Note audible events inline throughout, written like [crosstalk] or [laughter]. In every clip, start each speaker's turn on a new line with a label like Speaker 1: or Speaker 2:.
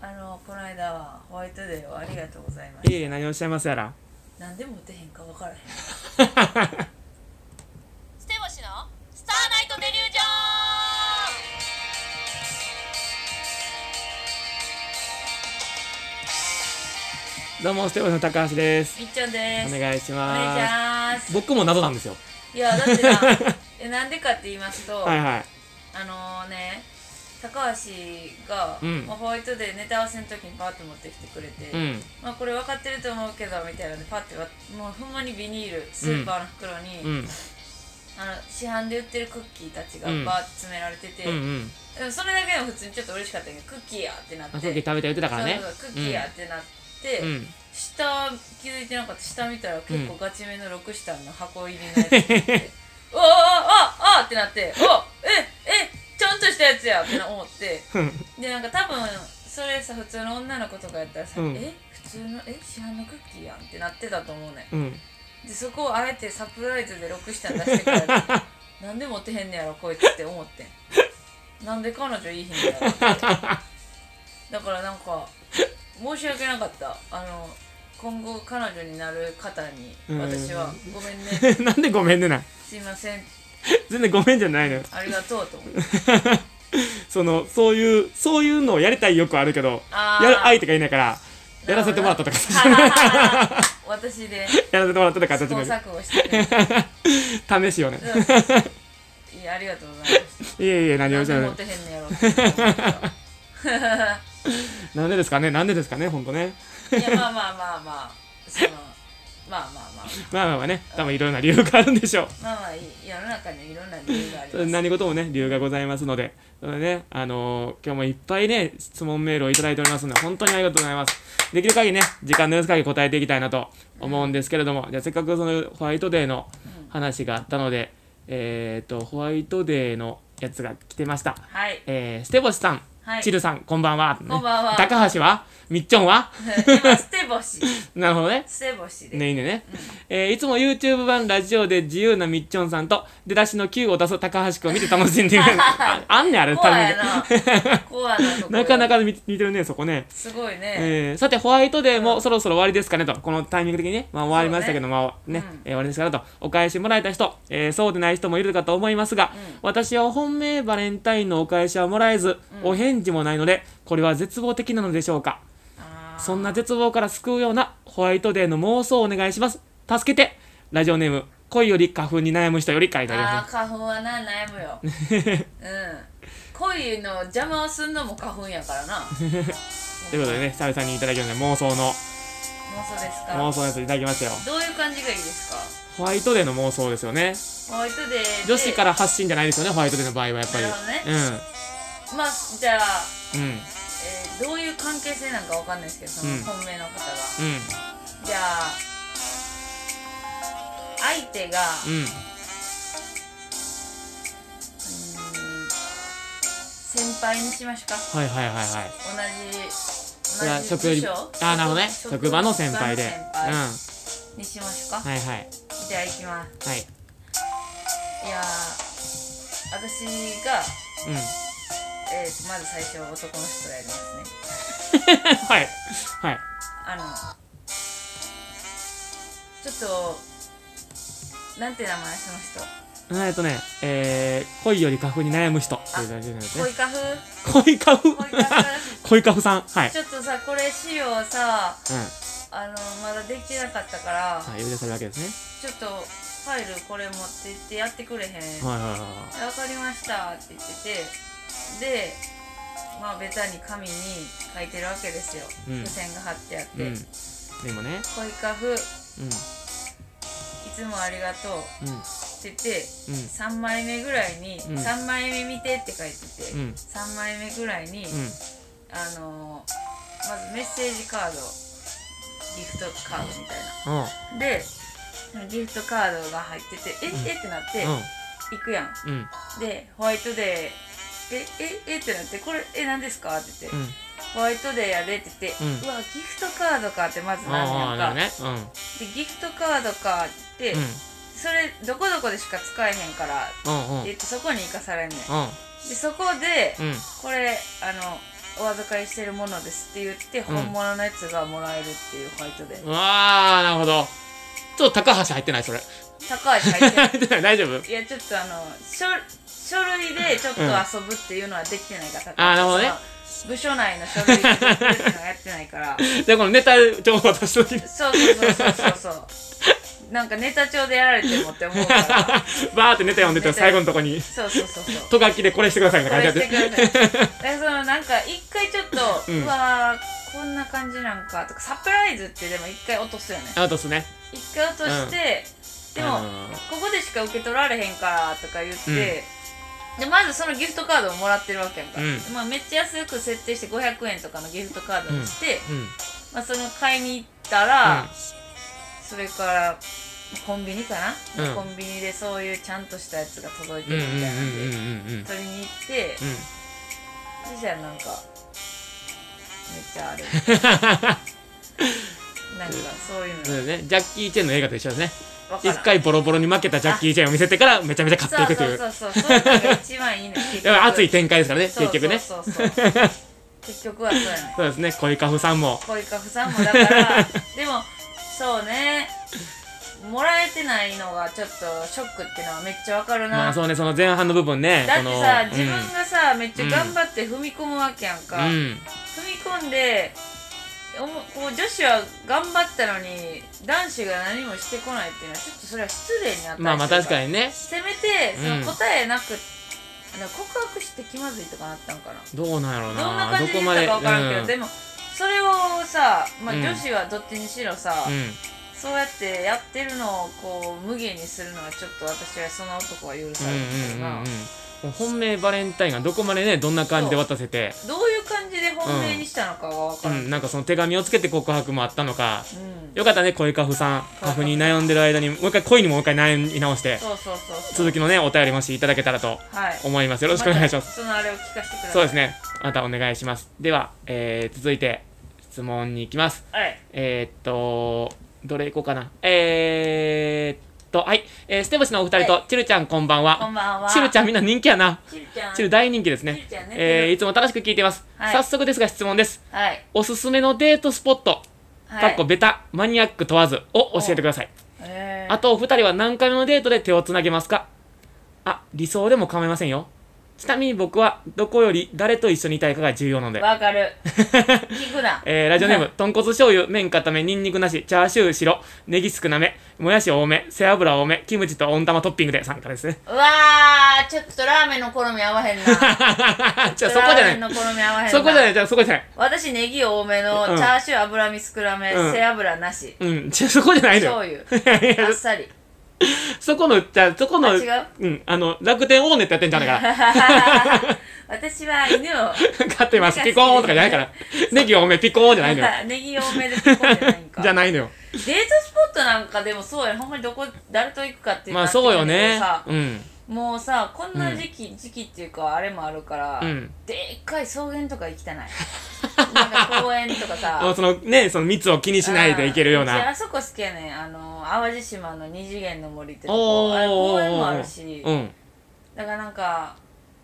Speaker 1: あのこの間はホワイトデーをありがとうございま
Speaker 2: い
Speaker 1: し
Speaker 2: えいえ何をおっしゃいますやら
Speaker 1: た何でも打てへんか分
Speaker 2: [laughs]
Speaker 1: からへん
Speaker 3: ステボシのスターナイトデリュージョン
Speaker 2: どうもステボシの高橋です
Speaker 1: みっちゃんです
Speaker 2: お願いし
Speaker 1: お願いし
Speaker 2: ま
Speaker 1: ます
Speaker 2: す僕も謎なんですよ
Speaker 1: いやだってな
Speaker 2: [laughs]
Speaker 1: えなんでかって言いますと、
Speaker 2: はいはい
Speaker 1: あのね高橋が、
Speaker 2: うん
Speaker 1: まあ、ホワイトデーネタ合わせの時にパッと持ってきてくれて、
Speaker 2: うん
Speaker 1: まあこれ分かってると思うけどみたいなのでパッてわもうほんまにビニールスーパーの袋に、
Speaker 2: うん
Speaker 1: あの市販で売ってるクッキーたちが
Speaker 2: うん
Speaker 1: バーッと詰められてて、
Speaker 2: うんうん
Speaker 1: でもそれだけでも普通にちょっと嬉しかったんやけどクッキーやってなって
Speaker 2: あクッキー食べて言ってたからね
Speaker 1: そうそうそうクッキーやってなって、
Speaker 2: うん
Speaker 1: 下気づいてなかった下見たら結構ガチめのロクシタンの箱入りのやつおおおおおおってなっておええちゃんとしたやつやって思って
Speaker 2: うん [laughs]
Speaker 1: でなんか多分それさ普通の女の子とかやったらさ、
Speaker 2: うん
Speaker 1: え普通のえ市販のクッキーやんってなってたと思うね
Speaker 2: うん
Speaker 1: んでそこをあえてサプライズでロクシタン出してから
Speaker 2: [laughs]
Speaker 1: なんで持ってへんねやろこいつって思ってんなんで彼女いい日にやろってだからなんか申し訳なかったあの今後彼女になる方に
Speaker 2: うん
Speaker 1: 私は「ごめんね
Speaker 2: なんでごめんねない
Speaker 1: すいません
Speaker 2: 全然ごめんじゃないのよ
Speaker 1: ありがとう」と
Speaker 2: [laughs]
Speaker 1: 思って
Speaker 2: そのそういうそういうのをやりたい欲はあるけど
Speaker 1: あー
Speaker 2: やる相手がいないからやらせてもらったとか
Speaker 1: 私で
Speaker 2: [laughs] やらせてもらったとか
Speaker 1: 試
Speaker 2: 形
Speaker 1: 行
Speaker 2: で
Speaker 1: 錯誤してくれた
Speaker 2: 試しをね
Speaker 1: いやありがとうございまし
Speaker 2: いえいえ
Speaker 1: た
Speaker 2: 何を
Speaker 1: なん
Speaker 2: おっし
Speaker 1: で
Speaker 2: ゃい
Speaker 1: モ
Speaker 2: ま
Speaker 1: テへんねやろって思った
Speaker 2: すなんでですかねなんでですかねほんとね
Speaker 1: いやまあまあまあまあそのまあまあまあ
Speaker 2: まあまあまあね多分いろんな理由があるんでしょう
Speaker 1: まあまあいい世の中にはいろんな理由があります
Speaker 2: 何事もね理由がございますのでそれでねあのー今日もいっぱいね質問メールをいただいておりますので本当にありがとうございますできる限りね時間の許す限り答えていきたいなと思うんですけれども、じゃあせっかくそのホワイトデーの話があったので、えっ、とホワイトデーのやつが来てました
Speaker 1: はい
Speaker 2: えー、ステボシさん、
Speaker 1: はい
Speaker 2: チルさんこんばんは、
Speaker 1: こんばんは
Speaker 2: 高橋はみっちょんは
Speaker 1: 今捨て星
Speaker 2: なるほどね
Speaker 1: 捨て星で
Speaker 2: ねいいねね、えーいつも YouTube 版ラジオで自由なみっちょんさんと出だしの Q を出す高橋くんを見て楽しん
Speaker 1: [laughs]
Speaker 2: でいるああんねんあれ
Speaker 1: コアや
Speaker 2: 多分ね
Speaker 1: なコアなとこ
Speaker 2: なかなか見て見てるねそこね、
Speaker 1: すごいね
Speaker 2: えーさてホワイトデーもそろそろ終わりですかねとこのタイミング的にね、まあ、終わりましたけど、まあね
Speaker 1: うん
Speaker 2: えー終わりですかねとお返しもらえた人、えーそうでない人もいるかと思いますが、
Speaker 1: うん
Speaker 2: 私は本命バレンタインのお返しはもらえず、お返事もないのでこれは絶望的なのでしょうか
Speaker 1: あー
Speaker 2: そんな絶望から救うようなホワイトデーの妄想をお願いします。助けてラジオネーム、恋より花粉に悩む人より書いてあり
Speaker 1: あ
Speaker 2: ま
Speaker 1: ー花粉はな悩む
Speaker 2: [laughs]
Speaker 1: ようん恋の邪魔をすんのも花粉やからな
Speaker 2: [laughs]
Speaker 1: 妄想
Speaker 2: す。ということでね、久々にいただきました妄想の、
Speaker 1: ですか
Speaker 2: 妄想のやついただきましたよ。
Speaker 1: どういう感じがいいですか
Speaker 2: ホワイトデーの妄想ですよね。
Speaker 1: ホワイトデーで
Speaker 2: 女子から発信じゃないですよね、ホワイトデーの場合はやっぱり。
Speaker 1: なるほどまあじゃあ、
Speaker 2: うん、うん、
Speaker 1: えーどういう関係性なんかわかんないですけどその
Speaker 2: うん
Speaker 1: 本命の方が、
Speaker 2: うん、
Speaker 1: じゃあ相手が
Speaker 2: うん。
Speaker 1: うーん先輩にしましょうか
Speaker 2: はいはいはいはい。
Speaker 1: 同
Speaker 2: それは
Speaker 1: じ同
Speaker 2: 職
Speaker 1: じ
Speaker 2: よ
Speaker 1: 部
Speaker 2: り、
Speaker 1: 署
Speaker 2: あー、なるほどね。職場の先輩で。う
Speaker 1: 職
Speaker 2: ん。
Speaker 1: 場の先輩
Speaker 2: は
Speaker 1: にしましょうか、
Speaker 2: いはい。
Speaker 1: じゃあ行きます
Speaker 2: はい。
Speaker 1: いやー私が、
Speaker 2: うん。 [laughs]
Speaker 1: えーまず最初男の人がやりますね
Speaker 2: はい。はい。
Speaker 1: あのちょっとなんて名前その人
Speaker 2: えっとね、えー、恋より花粉に悩む人っていう感じなんですね
Speaker 1: 恋。花粉
Speaker 2: 恋カフ
Speaker 1: 恋カ
Speaker 2: 恋カフさんはい、
Speaker 1: ちょっとさこれ資料さ
Speaker 2: うん、
Speaker 1: あのまだできてなかったから
Speaker 2: はい呼び出されるわけです
Speaker 1: ちょっとファイルこれ持ってってやってくれへん
Speaker 2: ねはいはいはい
Speaker 1: わかりましたって言っててでまあベタに紙に書いてるわけですよ、
Speaker 2: うん
Speaker 1: 付箋が貼ってあって「
Speaker 2: はいうん
Speaker 1: 恋
Speaker 2: でもね
Speaker 1: カフい
Speaker 2: うん
Speaker 1: つもありがとう」
Speaker 2: うん
Speaker 1: って言って
Speaker 2: うん
Speaker 1: 3枚目ぐらいに「
Speaker 2: ん
Speaker 1: 3枚目見て」って書いてて、
Speaker 2: うん
Speaker 1: 3枚目ぐらいに、
Speaker 2: うん
Speaker 1: あのーまずメッセージカードギフトカードみたいな
Speaker 2: うん
Speaker 1: でギフトカードが入ってて「え
Speaker 2: ん
Speaker 1: えっ?」てなって、行くやん
Speaker 2: うんうん
Speaker 1: でホワイトデーえええってなって「これえ何ですか?」って言って、ホワイトデーやで」って言って「
Speaker 2: うん
Speaker 1: うわギフトカードか」ってまず
Speaker 2: うん
Speaker 1: な
Speaker 2: ああ
Speaker 1: ん
Speaker 2: な
Speaker 1: やんか、
Speaker 2: るほどね
Speaker 1: でギフトカードかって言って、それどこどこでしか使えへんからって
Speaker 2: うんうんうんうん
Speaker 1: 言ってそこに行かされんねん
Speaker 2: うん
Speaker 1: でそこで
Speaker 2: うん
Speaker 1: これあのお預かりしてるものですって言って
Speaker 2: ん
Speaker 1: 本物のやつがもらえるっていうファイトで、
Speaker 2: うわー、なるほど。ちょっと高橋入ってない、それ。 [laughs]
Speaker 1: 高橋入ってな
Speaker 2: 入
Speaker 1: い
Speaker 2: ってない、大丈夫
Speaker 1: いやちょっとあの書書類でちょっと遊ぶっていうのはできてないから、
Speaker 2: あーなるほどね
Speaker 1: その部署内の書類でっていうのはやってないから
Speaker 2: で、このネタ情報出すときに、
Speaker 1: そうそうそうそうそうそうなんかネタ帳でやられてもって思うから
Speaker 2: バーってネタ読んでた
Speaker 1: ネタ
Speaker 2: ら最後のとこに、
Speaker 1: そうそうそうそう
Speaker 2: とがきでこれしてくださいみ
Speaker 1: こ
Speaker 2: たいな
Speaker 1: れ
Speaker 2: 感
Speaker 1: し
Speaker 2: じ
Speaker 1: て
Speaker 2: で
Speaker 1: くださいえそのなんか一回ちょっと、
Speaker 2: う
Speaker 1: うんわーこんな感じなんかとかサプライズってでも一回落とすよね
Speaker 2: アウトっすね。
Speaker 1: 一回落として、でも
Speaker 2: あの
Speaker 1: ここでしか受け取られへんからとか言って、でまずそのギフトカードをもらってるわけやんか、
Speaker 2: うん
Speaker 1: まあ、めっちゃ安く設定して500円とかのギフトカードにして、
Speaker 2: うん。
Speaker 1: まあ、その買いに行ったら、
Speaker 2: うん
Speaker 1: それからコンビニかな、
Speaker 2: うん
Speaker 1: コンビニでそういうちゃんとしたやつが届いて
Speaker 2: うん
Speaker 1: る
Speaker 2: う
Speaker 1: み
Speaker 2: んうんうん
Speaker 1: たいなんで、取
Speaker 2: うんうん。
Speaker 1: りに行って、
Speaker 2: うん
Speaker 1: そしたらなんかめっち
Speaker 2: [laughs]
Speaker 1: ゃあれなんかそういう
Speaker 2: そう
Speaker 1: の
Speaker 2: ですね、ジャッキー・チェンの映画と一緒ですね
Speaker 1: わから
Speaker 2: 一
Speaker 1: ん
Speaker 2: 回ボロボロに負けたジャッキー・チェンを見せてからめちゃめちゃ
Speaker 1: そう
Speaker 2: 勝っていくという
Speaker 1: そうそうそうそういうのが一番いいの結
Speaker 2: だから熱 [laughs] い展開ですからね
Speaker 1: そう
Speaker 2: 結局ね
Speaker 1: そうそうそう結局はそうやね
Speaker 2: そうですね恋カフさんも
Speaker 1: 恋カフさんもだから
Speaker 2: [laughs]
Speaker 1: でもそうねもらえてないのがちょっとショックってのはめっちゃわかるな、
Speaker 2: まあそうねその前半の部分ね
Speaker 1: だってさ、
Speaker 2: こ
Speaker 1: 自
Speaker 2: の
Speaker 1: 分がさめっちゃ頑張って踏み込むわけやんか、
Speaker 2: うん、
Speaker 1: 踏
Speaker 2: うん
Speaker 1: み込んでおもこう女子は頑張ったのに男子が何もしてこないっていうのはちょっとそれは失礼になったりする
Speaker 2: まあまあ確
Speaker 1: に
Speaker 2: かにね
Speaker 1: せめてそ
Speaker 2: うん
Speaker 1: の答えなく、あの告白して気まずいとかなったんかな
Speaker 2: どうなんやろう
Speaker 1: どんな
Speaker 2: な
Speaker 1: 感
Speaker 2: ど
Speaker 1: じで
Speaker 2: こ
Speaker 1: 言っ
Speaker 2: まで
Speaker 1: たか
Speaker 2: う
Speaker 1: 分からんけど、
Speaker 2: ん
Speaker 1: でもそれをさ、まあ、
Speaker 2: うん
Speaker 1: 女子はどっちにしろさ、
Speaker 2: うん
Speaker 1: そうやってやってるのをこう無限にするのはちょっと私はその男は許されてる
Speaker 2: うんうんうん
Speaker 1: な、
Speaker 2: うんもう本命バレンタインがどこまでねどんな感じで渡せて
Speaker 1: どういう感じで本命にしたのかが分
Speaker 2: う
Speaker 1: からん、うん
Speaker 2: ん、なんかその手紙をつけて告白もあったのかよかったね恋カフさんカフに悩んでる間にもう一回恋にもう一回悩み直して
Speaker 1: そうそうそうそう
Speaker 2: 続きのねお便りもしいただけたらと
Speaker 1: はい
Speaker 2: 思いますよろしくお願いします
Speaker 1: たそのあれを聞かせてください
Speaker 2: そうですねまたお願いしますでは、えー、続いて質問に行きます
Speaker 1: はい
Speaker 2: えー、っとどれ行こうかなえー、っとはい、えー、ステボシのお二人と、
Speaker 1: は
Speaker 2: チルちゃんこんばんは
Speaker 1: こんばんは
Speaker 2: チルちゃんみんな人気やな
Speaker 1: チルちゃん
Speaker 2: チル大人気ですね
Speaker 1: チルちゃんね
Speaker 2: えー、いつも楽しく聞いてます、
Speaker 1: はい
Speaker 2: 早速ですが質問です
Speaker 1: はい
Speaker 2: おすすめのデートスポット、
Speaker 1: は
Speaker 2: かっこ
Speaker 1: い
Speaker 2: ベタマニアック問わずを教えてください
Speaker 1: えー
Speaker 2: あとお二人は何回目のデートで手をつなげますかあ理想でも構いませんよちなみに僕はどこより誰と一緒にいたいかが重要なので、
Speaker 1: わか
Speaker 2: [laughs]
Speaker 1: る聞くな
Speaker 2: えー、ラジオ
Speaker 1: [laughs]
Speaker 2: ネーム豚骨醤油麺固めにんにくなしチャーシュー白ネギ少なめもやし多め背脂多めキムチと温玉トッピングで参加です [laughs] ね
Speaker 1: うわーちょっとラーメンの好み合わへん
Speaker 2: [laughs]
Speaker 1: な
Speaker 2: じゃあそこじゃ
Speaker 1: ラー
Speaker 2: な
Speaker 1: メ
Speaker 2: い
Speaker 1: ンの好み合わへんな
Speaker 2: そこじゃないじゃあそこじゃない
Speaker 1: 私ネギ多めの
Speaker 2: うん
Speaker 1: チャーシュー脂身少なめ、
Speaker 2: うん
Speaker 1: 背脂なし
Speaker 2: うんじゃあそこじゃないの
Speaker 1: 醤
Speaker 2: よ
Speaker 1: 油
Speaker 2: [laughs] いやいや
Speaker 1: あっさり
Speaker 2: そこのじゃあそこの
Speaker 1: あ違う
Speaker 2: うんあの楽天オーネットやってんじゃないから
Speaker 1: [laughs] 私は犬を
Speaker 2: 買ってますピコーンとかじゃないからネギ多めピコーンじゃないの
Speaker 1: [laughs]
Speaker 2: よ
Speaker 1: ネギ多めでこうじゃないんか
Speaker 2: じゃないのよ
Speaker 1: デートスポットなんかでもそうやねほんまにどこ誰と行くかってな
Speaker 2: まあ
Speaker 1: ってくる
Speaker 2: そうよ
Speaker 1: け
Speaker 2: ね
Speaker 1: どさ
Speaker 2: うん
Speaker 1: もうさこんな時期、時期っていうかあれもあるから、
Speaker 2: うん
Speaker 1: でっかい草原とか行きたない
Speaker 2: [laughs]
Speaker 1: なんか公園とかさ
Speaker 2: もうそのねその密を気にしないでいけるよう
Speaker 1: あ
Speaker 2: な
Speaker 1: あそこ好きやねんあの淡路島の二次元の森ってと
Speaker 2: お
Speaker 1: こ
Speaker 2: ー
Speaker 1: あれ公園もあるし、
Speaker 2: うん
Speaker 1: だからなんか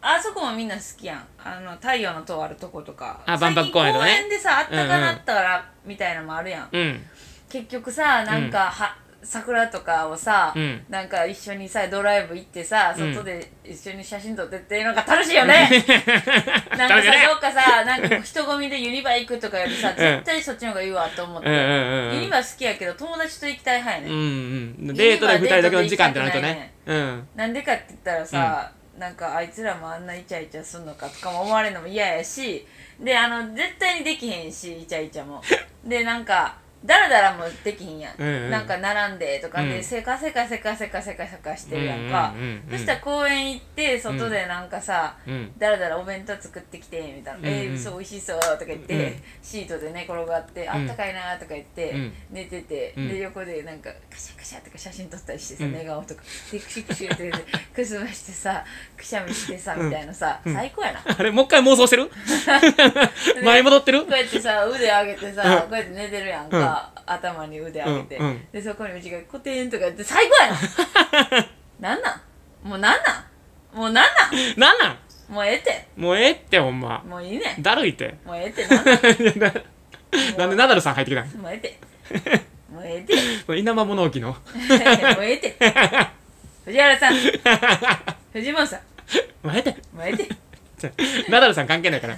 Speaker 1: あそこもみんな好きやんあの太陽の塔あるとことか
Speaker 2: あ万博公園のね
Speaker 1: 最近公園でさあったかなったから、みたいなのもあるやん
Speaker 2: うん
Speaker 1: 結局さなんか、は桜とかをさ、
Speaker 2: うん
Speaker 1: なんか一緒にさドライブ行ってさ
Speaker 2: うん
Speaker 1: 外で一緒に写真撮ってっていうのが楽しいよね、 [laughs] なんか
Speaker 2: 楽しい
Speaker 1: さ
Speaker 2: ね
Speaker 1: どっかさなんか人混みでユニバ行くとかよりさ、絶対そっちの方がいいわと思っ [laughs]
Speaker 2: う
Speaker 1: て、
Speaker 2: んうんうん
Speaker 1: ユニバ好きやけど友達と行きたい派や
Speaker 2: う
Speaker 1: ね、
Speaker 2: ん
Speaker 1: ん
Speaker 2: うんデートで二人だけの時間ってなるとねうん
Speaker 1: なんでかって言ったらさ、なんかあいつらもあんなイチャイチャすんのかとかも思われるのも嫌やしであの絶対にできへんしイチャイチャもでなんかダラダラもできひんやん、
Speaker 2: うんうん
Speaker 1: なんか並んでとか
Speaker 2: うん
Speaker 1: でせかせかせかせかせかせかしてるやんか、
Speaker 2: うんうんうんう
Speaker 1: そ
Speaker 2: ん
Speaker 1: したら公園行って外でなんかさ、
Speaker 2: うん [laughs]
Speaker 1: だらだらお弁当作ってきてみたいな「
Speaker 2: うんうん
Speaker 1: えー、嘘美味しそう」とか言って、
Speaker 2: うん
Speaker 1: シートで寝転がって「あったかいな」とか言って、
Speaker 2: うん
Speaker 1: 寝てて、
Speaker 2: うん
Speaker 1: で横でなんかカシャカシャとか写真撮ったりしてさ、
Speaker 2: うん
Speaker 1: 寝顔とかでクシュクシュって
Speaker 2: [laughs]
Speaker 1: くすましてさくしゃみしてさ
Speaker 2: うん
Speaker 1: みたいなさ、
Speaker 2: うん
Speaker 1: 最高やな。
Speaker 2: あれもう一回妄想
Speaker 1: [laughs]
Speaker 2: してる前戻ってる
Speaker 1: こうやってさ腕上げてさ、
Speaker 2: うん
Speaker 1: こうやって寝てるやんか、頭に腕上げて、
Speaker 2: うんうん
Speaker 1: でそこにうちが「コテン」とか言って
Speaker 2: [laughs]
Speaker 1: 最高やななんなんもうなんなんもうなんなん
Speaker 2: なんなん
Speaker 1: もうええって
Speaker 2: もうええってほんま
Speaker 1: もういいね
Speaker 2: だるいって [laughs]
Speaker 1: もうええってな
Speaker 2: なんでナダルさん入ってきたん [laughs]
Speaker 1: もうええってもうええって
Speaker 2: その稲葉物置の [laughs]
Speaker 1: もうええって藤原さん藤本さん
Speaker 2: もうええって
Speaker 1: もうええって
Speaker 2: [laughs] ナダルさん関係な
Speaker 1: [laughs]
Speaker 2: いから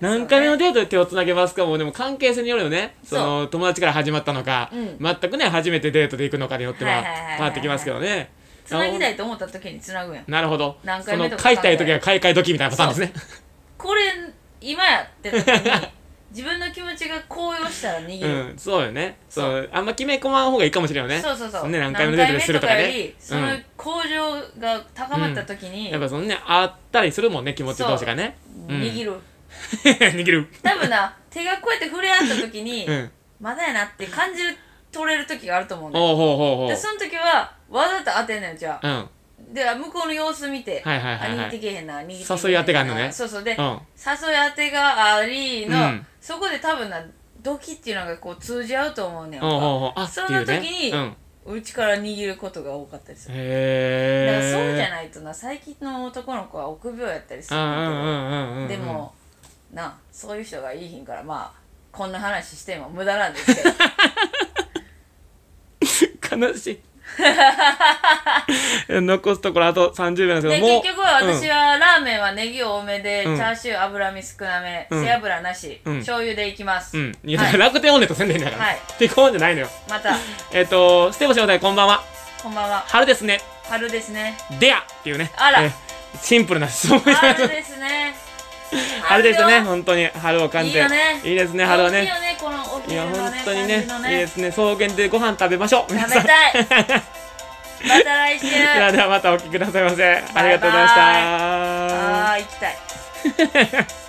Speaker 2: 何回目のデートで手をつなげますかもうでも関係性によるよねそ
Speaker 1: そう
Speaker 2: の友達から始まったのか、
Speaker 1: うん
Speaker 2: 全くね初めてデートで行くのかによっては
Speaker 1: はいはいはいはいはい
Speaker 2: 変わってきますけどね
Speaker 1: つなぎたいと思った時につなぐやん
Speaker 2: なるほど
Speaker 1: 何
Speaker 2: そ
Speaker 1: 回
Speaker 2: の
Speaker 1: 目とか
Speaker 2: 買いたい時は買い替え時みたいなパターンですね
Speaker 1: これ今やって時に自分の気持ちが高揚したら逃げ
Speaker 2: う
Speaker 1: る、
Speaker 2: んそうよねそ
Speaker 1: そう
Speaker 2: うあんま決め込まん方がいいかもしれんよね
Speaker 1: そうそうそう
Speaker 2: ね何回もデートでするとかね
Speaker 1: 何回目とかよりその向上が高まった時に、
Speaker 2: やっぱそのねあったりするもんね気持ち同士がね [laughs] うん
Speaker 1: 握る
Speaker 2: 握る
Speaker 1: 多分な手がこうやって触れ合った時に、
Speaker 2: うん
Speaker 1: まだやなって感じる取れる時があると思うね
Speaker 2: おうほうほうほう
Speaker 1: でその時はわざと当てんのよじゃあ
Speaker 2: うん
Speaker 1: で向こうの様子見て、
Speaker 2: はいはいはいはい
Speaker 1: あ握ってけえへんな握ってけえへんな
Speaker 2: 誘い当てがあんのね
Speaker 1: そうそうで、
Speaker 2: う
Speaker 1: 誘い
Speaker 2: ん
Speaker 1: 当てがありの、
Speaker 2: うん
Speaker 1: そこで多分なドキっていうのがこう通じ合うと思うねん
Speaker 2: おうほうほうあって
Speaker 1: そ
Speaker 2: い
Speaker 1: の
Speaker 2: う
Speaker 1: 時
Speaker 2: ね
Speaker 1: に、
Speaker 2: うん
Speaker 1: うちから握ることが多かったりする、だから
Speaker 2: へえ
Speaker 1: そうじゃ
Speaker 2: い
Speaker 1: ないとな最近の男の子は臆病やったりす
Speaker 2: う
Speaker 1: る
Speaker 2: んうん
Speaker 1: だ
Speaker 2: うんうんうんう
Speaker 1: け
Speaker 2: ん
Speaker 1: どでもなそういう人がいいひんからまあこんな話しても無駄なんですけど
Speaker 2: 悲しい [laughs] 残すところあと30秒なん [laughs] です
Speaker 1: で
Speaker 2: けどもう
Speaker 1: 結局は私
Speaker 2: は、
Speaker 1: はラーメンはネギ多めで、
Speaker 2: うん
Speaker 1: チャーシュー脂身少なめ、
Speaker 2: うん
Speaker 1: 背脂なし、
Speaker 2: うん
Speaker 1: 醤油でいきます、
Speaker 2: うん、うん、いや、
Speaker 1: はい
Speaker 2: 楽天オンネット宣伝だから、
Speaker 1: はい
Speaker 2: テコオンじゃないのよ
Speaker 1: また
Speaker 2: えっ、とステボシお題こんばんは
Speaker 1: こんばんは
Speaker 2: 春ですね
Speaker 1: 春ですね
Speaker 2: であっていうね
Speaker 1: あら
Speaker 2: えーシンプルな質問いただきま
Speaker 1: 春
Speaker 2: す
Speaker 1: です
Speaker 2: [laughs]
Speaker 1: ね
Speaker 2: 春ですね
Speaker 1: 春よ
Speaker 2: 本当に春を感じて
Speaker 1: いいよね
Speaker 2: いいですね春はい
Speaker 1: い
Speaker 2: ね
Speaker 1: よねこのお
Speaker 2: い
Speaker 1: 昼
Speaker 2: や
Speaker 1: のね
Speaker 2: 本当にね
Speaker 1: 感じの
Speaker 2: いいですね草原でご飯食べましょう皆
Speaker 1: 食
Speaker 2: さん
Speaker 1: べたい
Speaker 2: [laughs]
Speaker 1: また来週
Speaker 2: ではではまたお聞きくださいませありがとうございました
Speaker 1: ああ行きたい